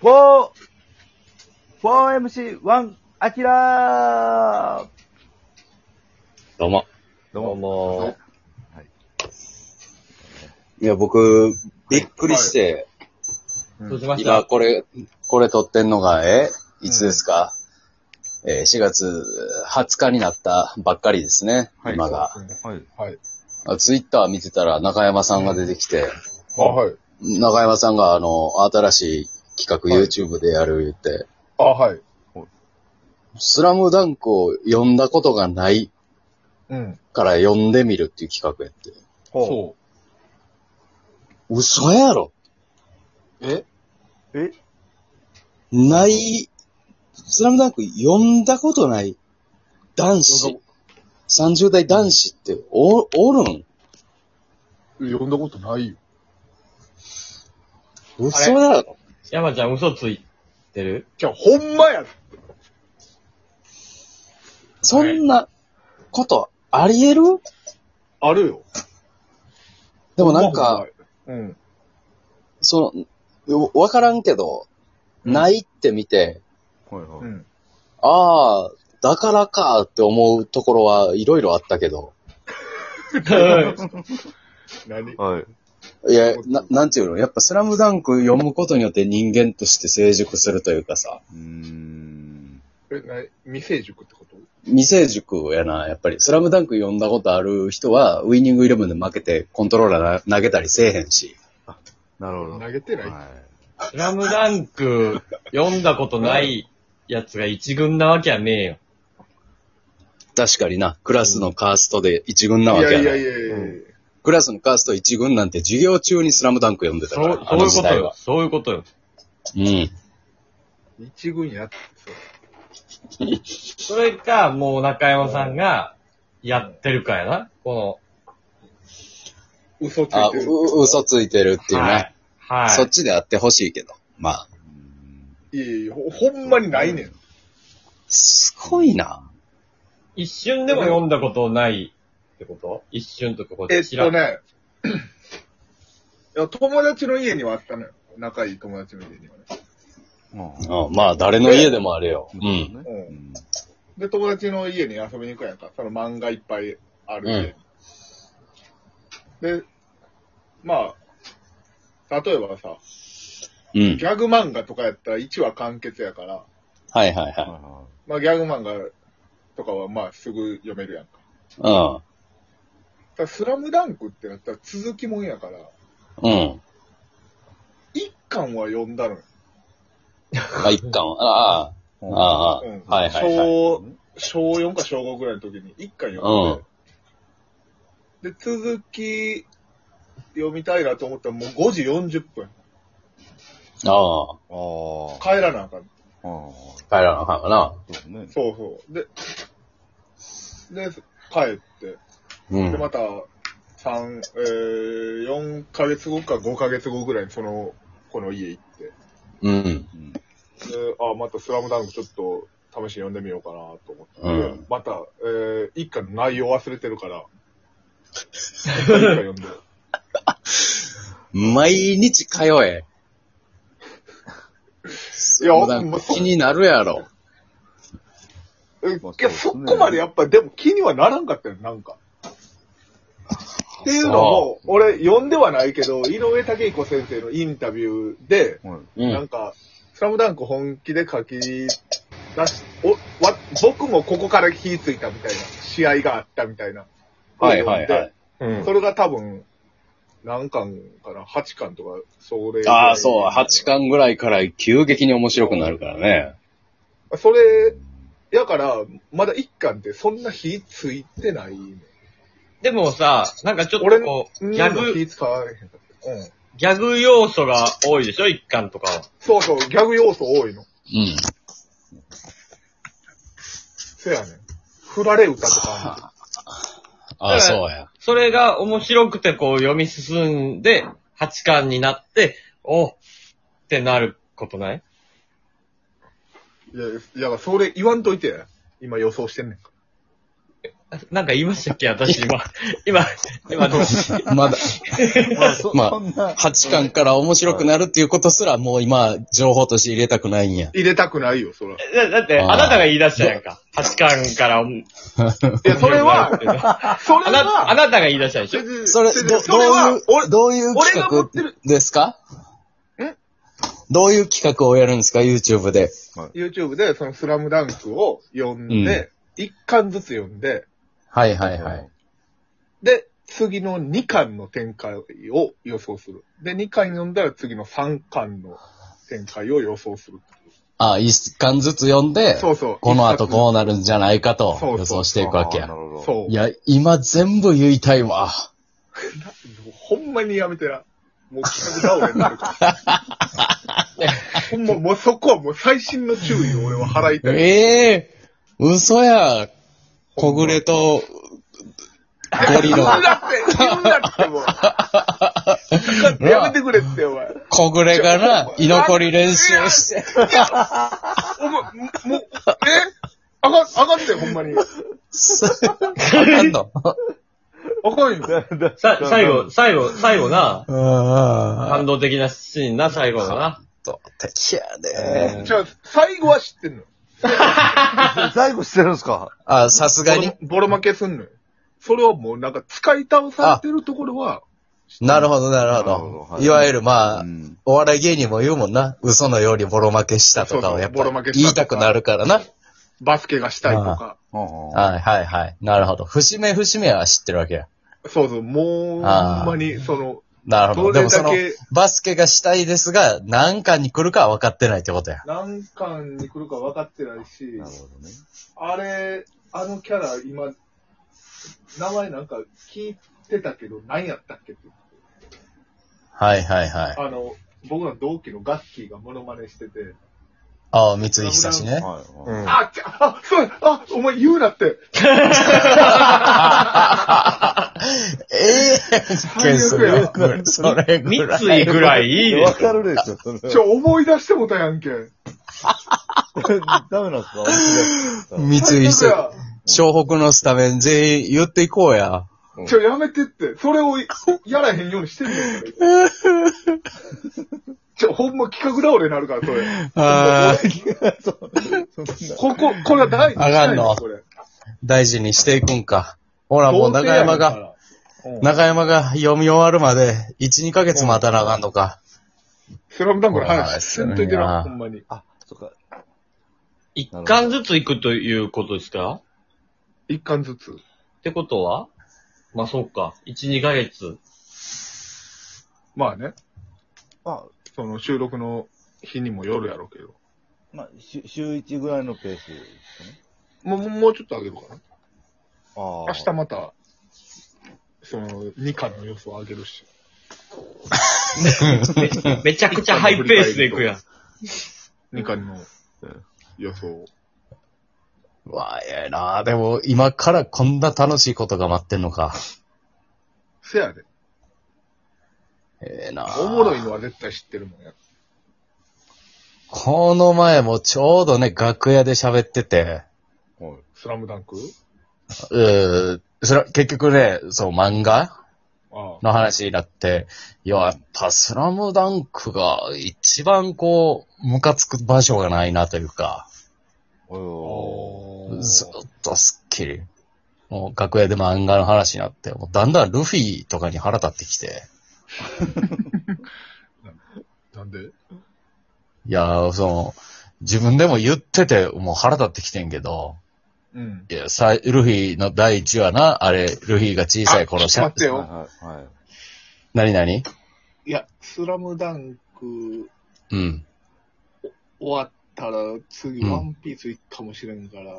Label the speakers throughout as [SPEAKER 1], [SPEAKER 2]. [SPEAKER 1] 4、4MC1、アキラー
[SPEAKER 2] どうも。
[SPEAKER 1] ど
[SPEAKER 3] どうも。
[SPEAKER 2] いや、僕、びっくりして、
[SPEAKER 3] どうしまし
[SPEAKER 2] 今、
[SPEAKER 3] た
[SPEAKER 2] これ、これ撮ってんのが、えいつですか、えー ?4 月20日になったばっかりですね、
[SPEAKER 1] はい
[SPEAKER 2] 今が。
[SPEAKER 1] はい。
[SPEAKER 3] はい。
[SPEAKER 2] ツイッター見てたら中山さんが出てきて、
[SPEAKER 3] あ、はい。
[SPEAKER 2] 中山さんが、あの、新しい企画
[SPEAKER 3] はい
[SPEAKER 2] YouTube でやる言って、
[SPEAKER 3] あ、はい。
[SPEAKER 2] スラムダンクを読んだことがない
[SPEAKER 3] うん。
[SPEAKER 2] から読んでみるっていう企画やって。
[SPEAKER 1] ほ
[SPEAKER 3] そ
[SPEAKER 2] 嘘やろ
[SPEAKER 3] う。え
[SPEAKER 1] う。え
[SPEAKER 2] ない、スラムダンク読んだことない男子、30代男子ってお、おるん
[SPEAKER 3] 読んだことないよ。
[SPEAKER 2] 嘘だろ
[SPEAKER 4] 山ちゃん嘘ついてる
[SPEAKER 3] じゃほんまや
[SPEAKER 2] そんなことあり得る
[SPEAKER 3] あるよ。
[SPEAKER 2] でもなんか、、
[SPEAKER 3] うん。
[SPEAKER 2] その、わからんけど、ないって見て、
[SPEAKER 1] はいは
[SPEAKER 3] う
[SPEAKER 1] い。
[SPEAKER 3] ん。
[SPEAKER 2] ああ、だからかって思うところはいろいろあったけど、
[SPEAKER 3] 何
[SPEAKER 1] はい。
[SPEAKER 2] いや、ななんていうのやっぱスラムダンク読むことによって人間として成熟するというかさ、
[SPEAKER 1] うーん。
[SPEAKER 3] え、な未成熟ってこと
[SPEAKER 2] 未成熟やな、やっぱり。スラムダンク読んだことある人は、ウィニングイレブンで負けてコントローラーな投げたりせえへんし。
[SPEAKER 1] なるほど。
[SPEAKER 3] 投げてない
[SPEAKER 1] は
[SPEAKER 4] スラムダンク読んだことないやつが一軍なわけやねえよ。
[SPEAKER 2] 確かにな、クラスのカーストで一軍なわ
[SPEAKER 3] い
[SPEAKER 2] けやな
[SPEAKER 3] や
[SPEAKER 2] い
[SPEAKER 3] いやいやいや
[SPEAKER 2] クラスのカースト一軍なんて授業中にスラムダンク読んでた
[SPEAKER 4] そ
[SPEAKER 2] か
[SPEAKER 4] う、
[SPEAKER 2] ら、
[SPEAKER 4] そ
[SPEAKER 2] あ
[SPEAKER 4] うい
[SPEAKER 2] の
[SPEAKER 4] うこ
[SPEAKER 2] 時
[SPEAKER 4] と
[SPEAKER 2] 代
[SPEAKER 4] よ
[SPEAKER 2] は。。
[SPEAKER 4] そういうことよ。
[SPEAKER 2] うん。
[SPEAKER 3] 一軍やって
[SPEAKER 4] それか、もう中山さんがやってるかやな。こ
[SPEAKER 3] 嘘つ
[SPEAKER 2] あ、
[SPEAKER 3] いうてる。
[SPEAKER 2] う嘘ついてるってい
[SPEAKER 4] の、
[SPEAKER 2] うね。
[SPEAKER 4] はい。はい。
[SPEAKER 2] そっちであってほしいけど。まあ、
[SPEAKER 3] いやいやほほんまにないねん。
[SPEAKER 2] すごいな。
[SPEAKER 4] 一瞬でも読んだことないってこと一瞬とかこ
[SPEAKER 3] えっ
[SPEAKER 4] ちら
[SPEAKER 3] と。ね。いや友達の家にはあったのよ。仲いい友達の家にはね。
[SPEAKER 1] い。
[SPEAKER 2] あまあ、誰の家でもあれよ。うん。
[SPEAKER 3] うんで、友達の家に遊びに行くやんか。その漫画いっぱいある家、で、まあ、例えばさ、
[SPEAKER 2] う
[SPEAKER 3] ギ
[SPEAKER 2] ん。
[SPEAKER 3] ャグ漫画とかやったら1話完結やから、
[SPEAKER 2] はいはい
[SPEAKER 1] うん。
[SPEAKER 2] は
[SPEAKER 1] は
[SPEAKER 3] まあギャグ漫画とかはまあすぐ読めるやんか。
[SPEAKER 2] い。
[SPEAKER 3] ただスラムダンクってなったら続きもんやから、
[SPEAKER 2] うん。うん。
[SPEAKER 3] 1巻は読んだのよ。
[SPEAKER 2] あ、一巻は。あ
[SPEAKER 1] い
[SPEAKER 2] あ、ああ、
[SPEAKER 3] うん
[SPEAKER 2] はいはいはい。
[SPEAKER 3] 小、小4か小5ぐらいの時に1巻読んで、で、続き読みたいなと思ったらもう5時40分。
[SPEAKER 2] あ
[SPEAKER 1] あ
[SPEAKER 2] あ、
[SPEAKER 1] あ。
[SPEAKER 3] 帰らなあか
[SPEAKER 1] あ
[SPEAKER 3] ん。
[SPEAKER 1] あ。
[SPEAKER 2] 帰らなあかんわな。
[SPEAKER 1] そうですね。
[SPEAKER 3] そうそう。で、で、帰って、
[SPEAKER 2] う
[SPEAKER 3] で、ま
[SPEAKER 2] ん。
[SPEAKER 3] た、三、えー、4ヶ月後か5ヶ月後ぐらいにその子の家行って、で、
[SPEAKER 2] うん。
[SPEAKER 1] うん
[SPEAKER 3] あ、またスラムダンクちょっと試しに読んでみようかなと思って、
[SPEAKER 2] うん
[SPEAKER 3] また、えー、一巻の内容忘れてる から、一巻読んで。
[SPEAKER 2] 毎日通え。
[SPEAKER 3] いや、
[SPEAKER 2] もうなん
[SPEAKER 3] ま
[SPEAKER 2] か
[SPEAKER 3] あそ
[SPEAKER 2] 気になるやろ。
[SPEAKER 3] えい
[SPEAKER 1] まあ
[SPEAKER 3] や、
[SPEAKER 1] そ
[SPEAKER 3] そう
[SPEAKER 1] ですね
[SPEAKER 3] こまでやっぱ、でも気にはならんかったよ、なんか。っていうのも、俺、読んではないけど、井上武彦先生のインタビューで、
[SPEAKER 1] はい。
[SPEAKER 2] う
[SPEAKER 3] なん
[SPEAKER 2] ん。
[SPEAKER 3] か、スラムダンク本気で書き出し、おわ僕もここから火ついたみたいな、試合があったみたいな。
[SPEAKER 2] はいはいは
[SPEAKER 3] で
[SPEAKER 2] い。
[SPEAKER 4] うん
[SPEAKER 3] それが多分、何巻かな ?8 巻とか、それ。
[SPEAKER 2] ああ、そう。8。巻ぐらいから急激に面白くなるからね。
[SPEAKER 3] それ、やから、まだ1巻ってそんな火ついてない、ね。
[SPEAKER 4] でもさ、なんかちょっ
[SPEAKER 3] 俺の
[SPEAKER 4] とこう、ギャ
[SPEAKER 3] うん
[SPEAKER 4] グ、
[SPEAKER 3] 気使われへんかった。うん。
[SPEAKER 4] ギャグ要素が多いでしょ一巻とかは。
[SPEAKER 3] そうそう、ギャグ要素多いの。
[SPEAKER 2] うん。
[SPEAKER 3] せやねん。振られ歌とかある。
[SPEAKER 2] ああ、そうや。
[SPEAKER 4] それが面白くてこう読み進んで、8巻になって、おってなることない
[SPEAKER 3] いや、いや、それ言わんといて。今予想してんねんか
[SPEAKER 4] なんか言いましたっけ私今。今、今私。
[SPEAKER 2] まだ、
[SPEAKER 1] まあ、そ
[SPEAKER 2] まあ
[SPEAKER 1] そんな。
[SPEAKER 2] 八巻から面白くなるっていうことすらもう今、情報として入れたくないんや。
[SPEAKER 3] 入れたくないよ、それは。
[SPEAKER 4] だだって、
[SPEAKER 2] あー
[SPEAKER 4] あなたが言い出したやんか。八巻から。い
[SPEAKER 3] いや、それ は、それ
[SPEAKER 4] あな、あ
[SPEAKER 3] は、
[SPEAKER 4] なたが言い出したでしょ。
[SPEAKER 3] 別に
[SPEAKER 2] それ、ど
[SPEAKER 3] 別に
[SPEAKER 2] どう
[SPEAKER 3] それは、
[SPEAKER 2] い
[SPEAKER 3] 俺
[SPEAKER 2] う、どういう
[SPEAKER 3] 俺が持って
[SPEAKER 2] 企
[SPEAKER 3] る
[SPEAKER 2] 画ですか
[SPEAKER 3] ん
[SPEAKER 2] どういう企画をやるんですか ?YouTube で。
[SPEAKER 3] YouTube で、そのスラムダンクを読んで、一巻ずつ読んで、
[SPEAKER 2] はいはいはい。
[SPEAKER 3] で、次の2巻の展開を予想する。で、2巻読んだら次の3巻の展開を予想する。
[SPEAKER 2] ああ、一巻ずつ読んで、
[SPEAKER 3] そうそう
[SPEAKER 2] この後こうなるんじゃないかと
[SPEAKER 3] そうそう
[SPEAKER 2] 予想していくわけ
[SPEAKER 1] あー
[SPEAKER 2] や
[SPEAKER 1] な。るほど。
[SPEAKER 3] そう。
[SPEAKER 2] いや、今全部言いたいわ。
[SPEAKER 3] ほんまにやめてな。もう企画倒れになるから。 ほんま、もうそこはもう最新の注意を俺は払いたい。
[SPEAKER 2] ええ嘘や。小暮と、ゴリ
[SPEAKER 3] 言う
[SPEAKER 2] の、
[SPEAKER 3] なって、言うなっても う。やめてくれって、お前。
[SPEAKER 2] 小暮がな、居残り練習して。
[SPEAKER 3] お前、もう、えあかん、あかんって、ほんまに。
[SPEAKER 2] なん だ
[SPEAKER 3] あかんよ。
[SPEAKER 4] さ、最後、最後、最後な、
[SPEAKER 2] あ
[SPEAKER 4] 感動的なシーンな、最後のな。
[SPEAKER 2] と、敵やで。
[SPEAKER 3] じゃあ、最後は知ってんのよ。
[SPEAKER 1] 最後してるんですか
[SPEAKER 2] あ、さすがに。
[SPEAKER 3] ボロ負けすんのよ。それをもうなんか使い倒されてるところは、
[SPEAKER 2] なるほど、なるほ
[SPEAKER 1] なるほど
[SPEAKER 2] ど。
[SPEAKER 1] はい
[SPEAKER 2] いわゆるまあ、
[SPEAKER 1] うん
[SPEAKER 2] お笑い芸人も言うもんな。嘘のようにボロ負けしたとかをやっ
[SPEAKER 3] そう
[SPEAKER 2] ぱ
[SPEAKER 3] そうボロ負けしたとか
[SPEAKER 2] 言いたくなるからな。
[SPEAKER 3] バスケがしたいとか。
[SPEAKER 1] うんうん
[SPEAKER 2] はいはいはい。なるほど。節目節目は知ってるわけや。
[SPEAKER 3] そうそう、もう、ほん
[SPEAKER 2] あー
[SPEAKER 3] まに、その、
[SPEAKER 2] なるほど。
[SPEAKER 3] ど
[SPEAKER 2] で
[SPEAKER 3] れ
[SPEAKER 2] も
[SPEAKER 3] だけ
[SPEAKER 2] その、バスケがしたいですが、何巻に来るかは分かってないってことや。
[SPEAKER 3] 何巻に来るか分かってないし
[SPEAKER 1] な、るほどね。
[SPEAKER 3] あれ、あのキャラ、今、名前なんか聞いてたけど、何やったっけって
[SPEAKER 2] はいはいはい。
[SPEAKER 3] あの、僕の同期のガッキーがモノマネしてて、
[SPEAKER 2] ああ、三井久志ね。
[SPEAKER 1] はい。
[SPEAKER 2] うん
[SPEAKER 3] あ、ちゃ、あ、そう、あ、お前言うなって、
[SPEAKER 2] ええそれ
[SPEAKER 3] 最悪
[SPEAKER 2] ぐらい。それ
[SPEAKER 4] 三
[SPEAKER 2] ぐらい。
[SPEAKER 4] 井ぐらいいいで
[SPEAKER 1] わ
[SPEAKER 4] し
[SPEAKER 1] か
[SPEAKER 4] ょ。
[SPEAKER 1] るでしょ、それ。
[SPEAKER 3] ちょ、思い出してもたやんけ。
[SPEAKER 1] ダメなんですか面白い
[SPEAKER 2] 三井久志
[SPEAKER 3] 最悪。
[SPEAKER 2] 湘北のスタメン全員言っていこうや。
[SPEAKER 3] やちょ、やめてって、それをやらへんようにしてんねんから。 ちょ、ほんま企画倒れになるから、それ。
[SPEAKER 2] ああ、
[SPEAKER 3] ここ、これは大事にし
[SPEAKER 2] あ
[SPEAKER 3] たい
[SPEAKER 2] かんの
[SPEAKER 3] これ。
[SPEAKER 2] 大事にしていくんか。ほら、もう中山が、
[SPEAKER 3] 童貞やねんから。うん
[SPEAKER 2] 中山が読み終わるまで、1、2ヶ月待たなあかんのか。
[SPEAKER 3] スラムダンクの話
[SPEAKER 2] そ
[SPEAKER 3] せ
[SPEAKER 2] うなん
[SPEAKER 3] ん
[SPEAKER 2] ですよね
[SPEAKER 3] といて
[SPEAKER 2] あ
[SPEAKER 3] な、
[SPEAKER 2] あ
[SPEAKER 3] ほんまに。
[SPEAKER 1] あ、そっか。
[SPEAKER 4] 一巻ずつ行くということですか
[SPEAKER 3] 一巻ずつ。
[SPEAKER 4] ってことはまあそうか。一、二ヶ月。
[SPEAKER 3] まあね、
[SPEAKER 1] まあ、
[SPEAKER 3] その収録の日にもよるやろうけど。
[SPEAKER 1] まあ、し週1ぐらいのペースですね。
[SPEAKER 3] もう、もうちょっと上げるかな。
[SPEAKER 1] ああ。
[SPEAKER 3] 明日また、その、2巻の予想上げるし。
[SPEAKER 4] めちゃくちゃハイペースで行くやん。
[SPEAKER 3] 2巻のうん予想。
[SPEAKER 2] うわあ、ええなあでも、今からこんな楽しいことが待ってんのか。
[SPEAKER 3] せやで。
[SPEAKER 2] ええなあ
[SPEAKER 3] おもろいのは絶対知ってるもんや。
[SPEAKER 2] この前もちょうどね、楽屋で喋ってて、
[SPEAKER 1] はい。
[SPEAKER 3] スラムダンク
[SPEAKER 2] うー、それは結局ね、そう、漫画
[SPEAKER 3] ああ。
[SPEAKER 2] の話になって、いや、やっぱスラムダンクが一番こう、ムカつく場所がないなというか、
[SPEAKER 1] おー。
[SPEAKER 2] ずっとすっきり。もう楽屋で漫画の話になって、もうだんだんルフィとかに腹立ってきて、
[SPEAKER 3] なんで
[SPEAKER 2] いや、その、自分でも言ってて、もう腹立ってきてんけど、
[SPEAKER 3] うん。
[SPEAKER 2] いや、さ、ルフィの第一話な、あれ、ルフィが小さい頃し
[SPEAKER 3] ちょっと待って
[SPEAKER 1] は
[SPEAKER 3] よ。
[SPEAKER 1] いはい。はい。
[SPEAKER 2] 何々
[SPEAKER 3] いや、スラムダンク
[SPEAKER 2] うん。
[SPEAKER 3] 終わったら次
[SPEAKER 2] うん
[SPEAKER 3] ワンピース行くかもしれんから。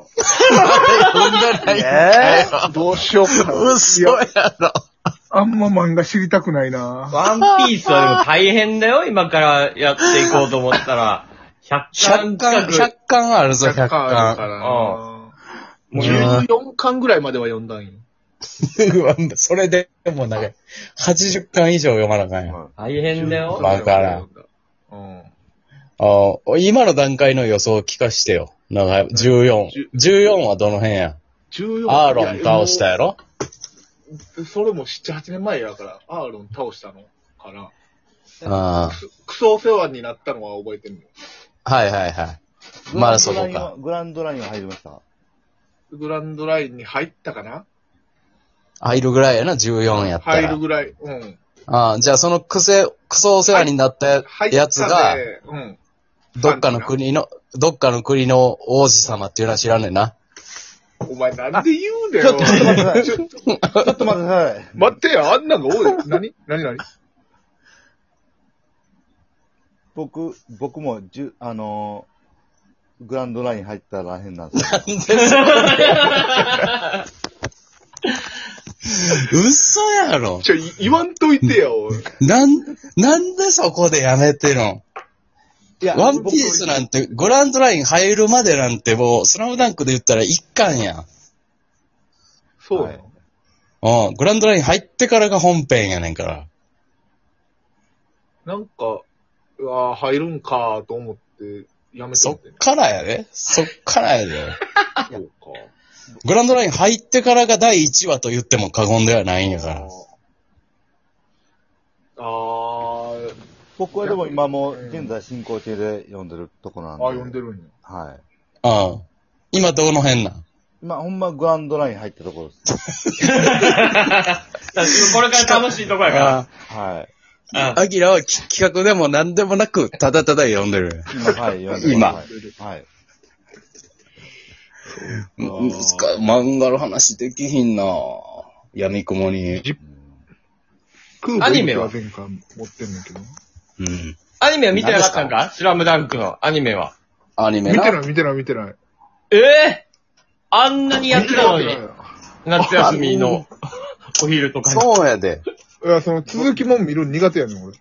[SPEAKER 1] え
[SPEAKER 3] どうしようかな。
[SPEAKER 2] 嘘やろ。
[SPEAKER 3] あんま漫画知りたくないな。
[SPEAKER 4] ワンピースはでも大変だよ、今からやっていこうと思ったら。100
[SPEAKER 2] 100
[SPEAKER 4] 巻近
[SPEAKER 2] 巻、
[SPEAKER 4] く。
[SPEAKER 2] 100巻あるぞ、100
[SPEAKER 3] 100巻あるか
[SPEAKER 2] 巻。
[SPEAKER 3] らな。
[SPEAKER 4] あ
[SPEAKER 3] もう
[SPEAKER 2] うん
[SPEAKER 3] 14巻ぐらいまでは読んだんよ。
[SPEAKER 2] それでもなんか、80巻以上読まなあかんやん。
[SPEAKER 1] は
[SPEAKER 4] 大変だよ。
[SPEAKER 2] わからん
[SPEAKER 3] うん。
[SPEAKER 2] あー今の段階の予想を聞かしてよ。なんか、14。14はどの辺や
[SPEAKER 3] 14
[SPEAKER 2] アーロン倒したやろ
[SPEAKER 3] ろそれも7、8年前やから、アーロン倒したのかな。
[SPEAKER 2] あ
[SPEAKER 3] くクソお世話になったのは覚えてるのよ
[SPEAKER 2] あ。はいはいはい。まだそこ
[SPEAKER 1] グランドラインは。。グランドライン
[SPEAKER 2] か
[SPEAKER 1] は入りました。
[SPEAKER 3] グランドラインに入ったかな
[SPEAKER 2] 入るぐらいやな、14やった
[SPEAKER 3] 入
[SPEAKER 2] ら
[SPEAKER 3] る。ぐらい。うん。
[SPEAKER 2] ああ、じゃあそのクセ、クソお世話になった
[SPEAKER 3] 入ったね
[SPEAKER 2] やつが、
[SPEAKER 3] うん。
[SPEAKER 2] どっかの国の、どっかの国の王子様っていうのは知らんねんな。
[SPEAKER 3] お前なんで言うんだよ。
[SPEAKER 1] ちょっと待って
[SPEAKER 3] ちょっと
[SPEAKER 1] ちょっと待ってください。
[SPEAKER 3] 待ってよ、あんなんが多い。何何何
[SPEAKER 1] 僕、僕も、じゅ、あのーグランドライン入ったら変なんですよ。
[SPEAKER 2] 嘘やろ。
[SPEAKER 3] ちょ、い言わんといてよ。
[SPEAKER 2] なん、なんでそこでやめてるの
[SPEAKER 1] いや
[SPEAKER 2] ワンピースなんて、グランドライン入るまでなんてもう、スラムダンクで言ったら一巻やん。
[SPEAKER 3] そう
[SPEAKER 1] は
[SPEAKER 3] ないの。
[SPEAKER 2] うん、グランドライン入ってからが本編やねんから。
[SPEAKER 3] なんか、うわー入るんかーと思って、やめて
[SPEAKER 2] そ
[SPEAKER 3] み
[SPEAKER 2] って
[SPEAKER 3] ね。
[SPEAKER 2] からやで。そっからやで。
[SPEAKER 3] そうか。
[SPEAKER 2] グランドライン入ってからが第1話と言っても過言ではないんやから。
[SPEAKER 3] あー、
[SPEAKER 1] 僕はでも今もう現在進行形で読んでるとこなん
[SPEAKER 3] あ
[SPEAKER 1] で。
[SPEAKER 3] 読んでるんや。
[SPEAKER 1] はい。
[SPEAKER 2] うん。今どの辺なん
[SPEAKER 1] 今、ほんまグランドライン入ったところです。
[SPEAKER 4] これから楽しいとこやか
[SPEAKER 2] あ
[SPEAKER 1] はい。
[SPEAKER 4] ら。
[SPEAKER 2] アキラはき企画でも何でもなく、ただただ読んでる。
[SPEAKER 1] 今、はい、読んでる。
[SPEAKER 2] 今
[SPEAKER 1] はい。はい。
[SPEAKER 2] うんうんすか漫画の話できひんな闇雲に。
[SPEAKER 4] アニメは
[SPEAKER 3] 前回持ってんだけど。
[SPEAKER 2] うん。
[SPEAKER 4] アニメは見てなかったんかスラムダンクのアニメは。
[SPEAKER 2] アニメ
[SPEAKER 3] 見てな
[SPEAKER 2] な。
[SPEAKER 3] い、見てない、見てない。
[SPEAKER 4] ええあんなにやっ
[SPEAKER 3] 見
[SPEAKER 4] て
[SPEAKER 3] て
[SPEAKER 4] た
[SPEAKER 3] な
[SPEAKER 4] の
[SPEAKER 3] い
[SPEAKER 4] に。夏休みの お昼とかに。
[SPEAKER 2] そうやで。
[SPEAKER 3] いや、その続きも見るの苦手やねん、俺。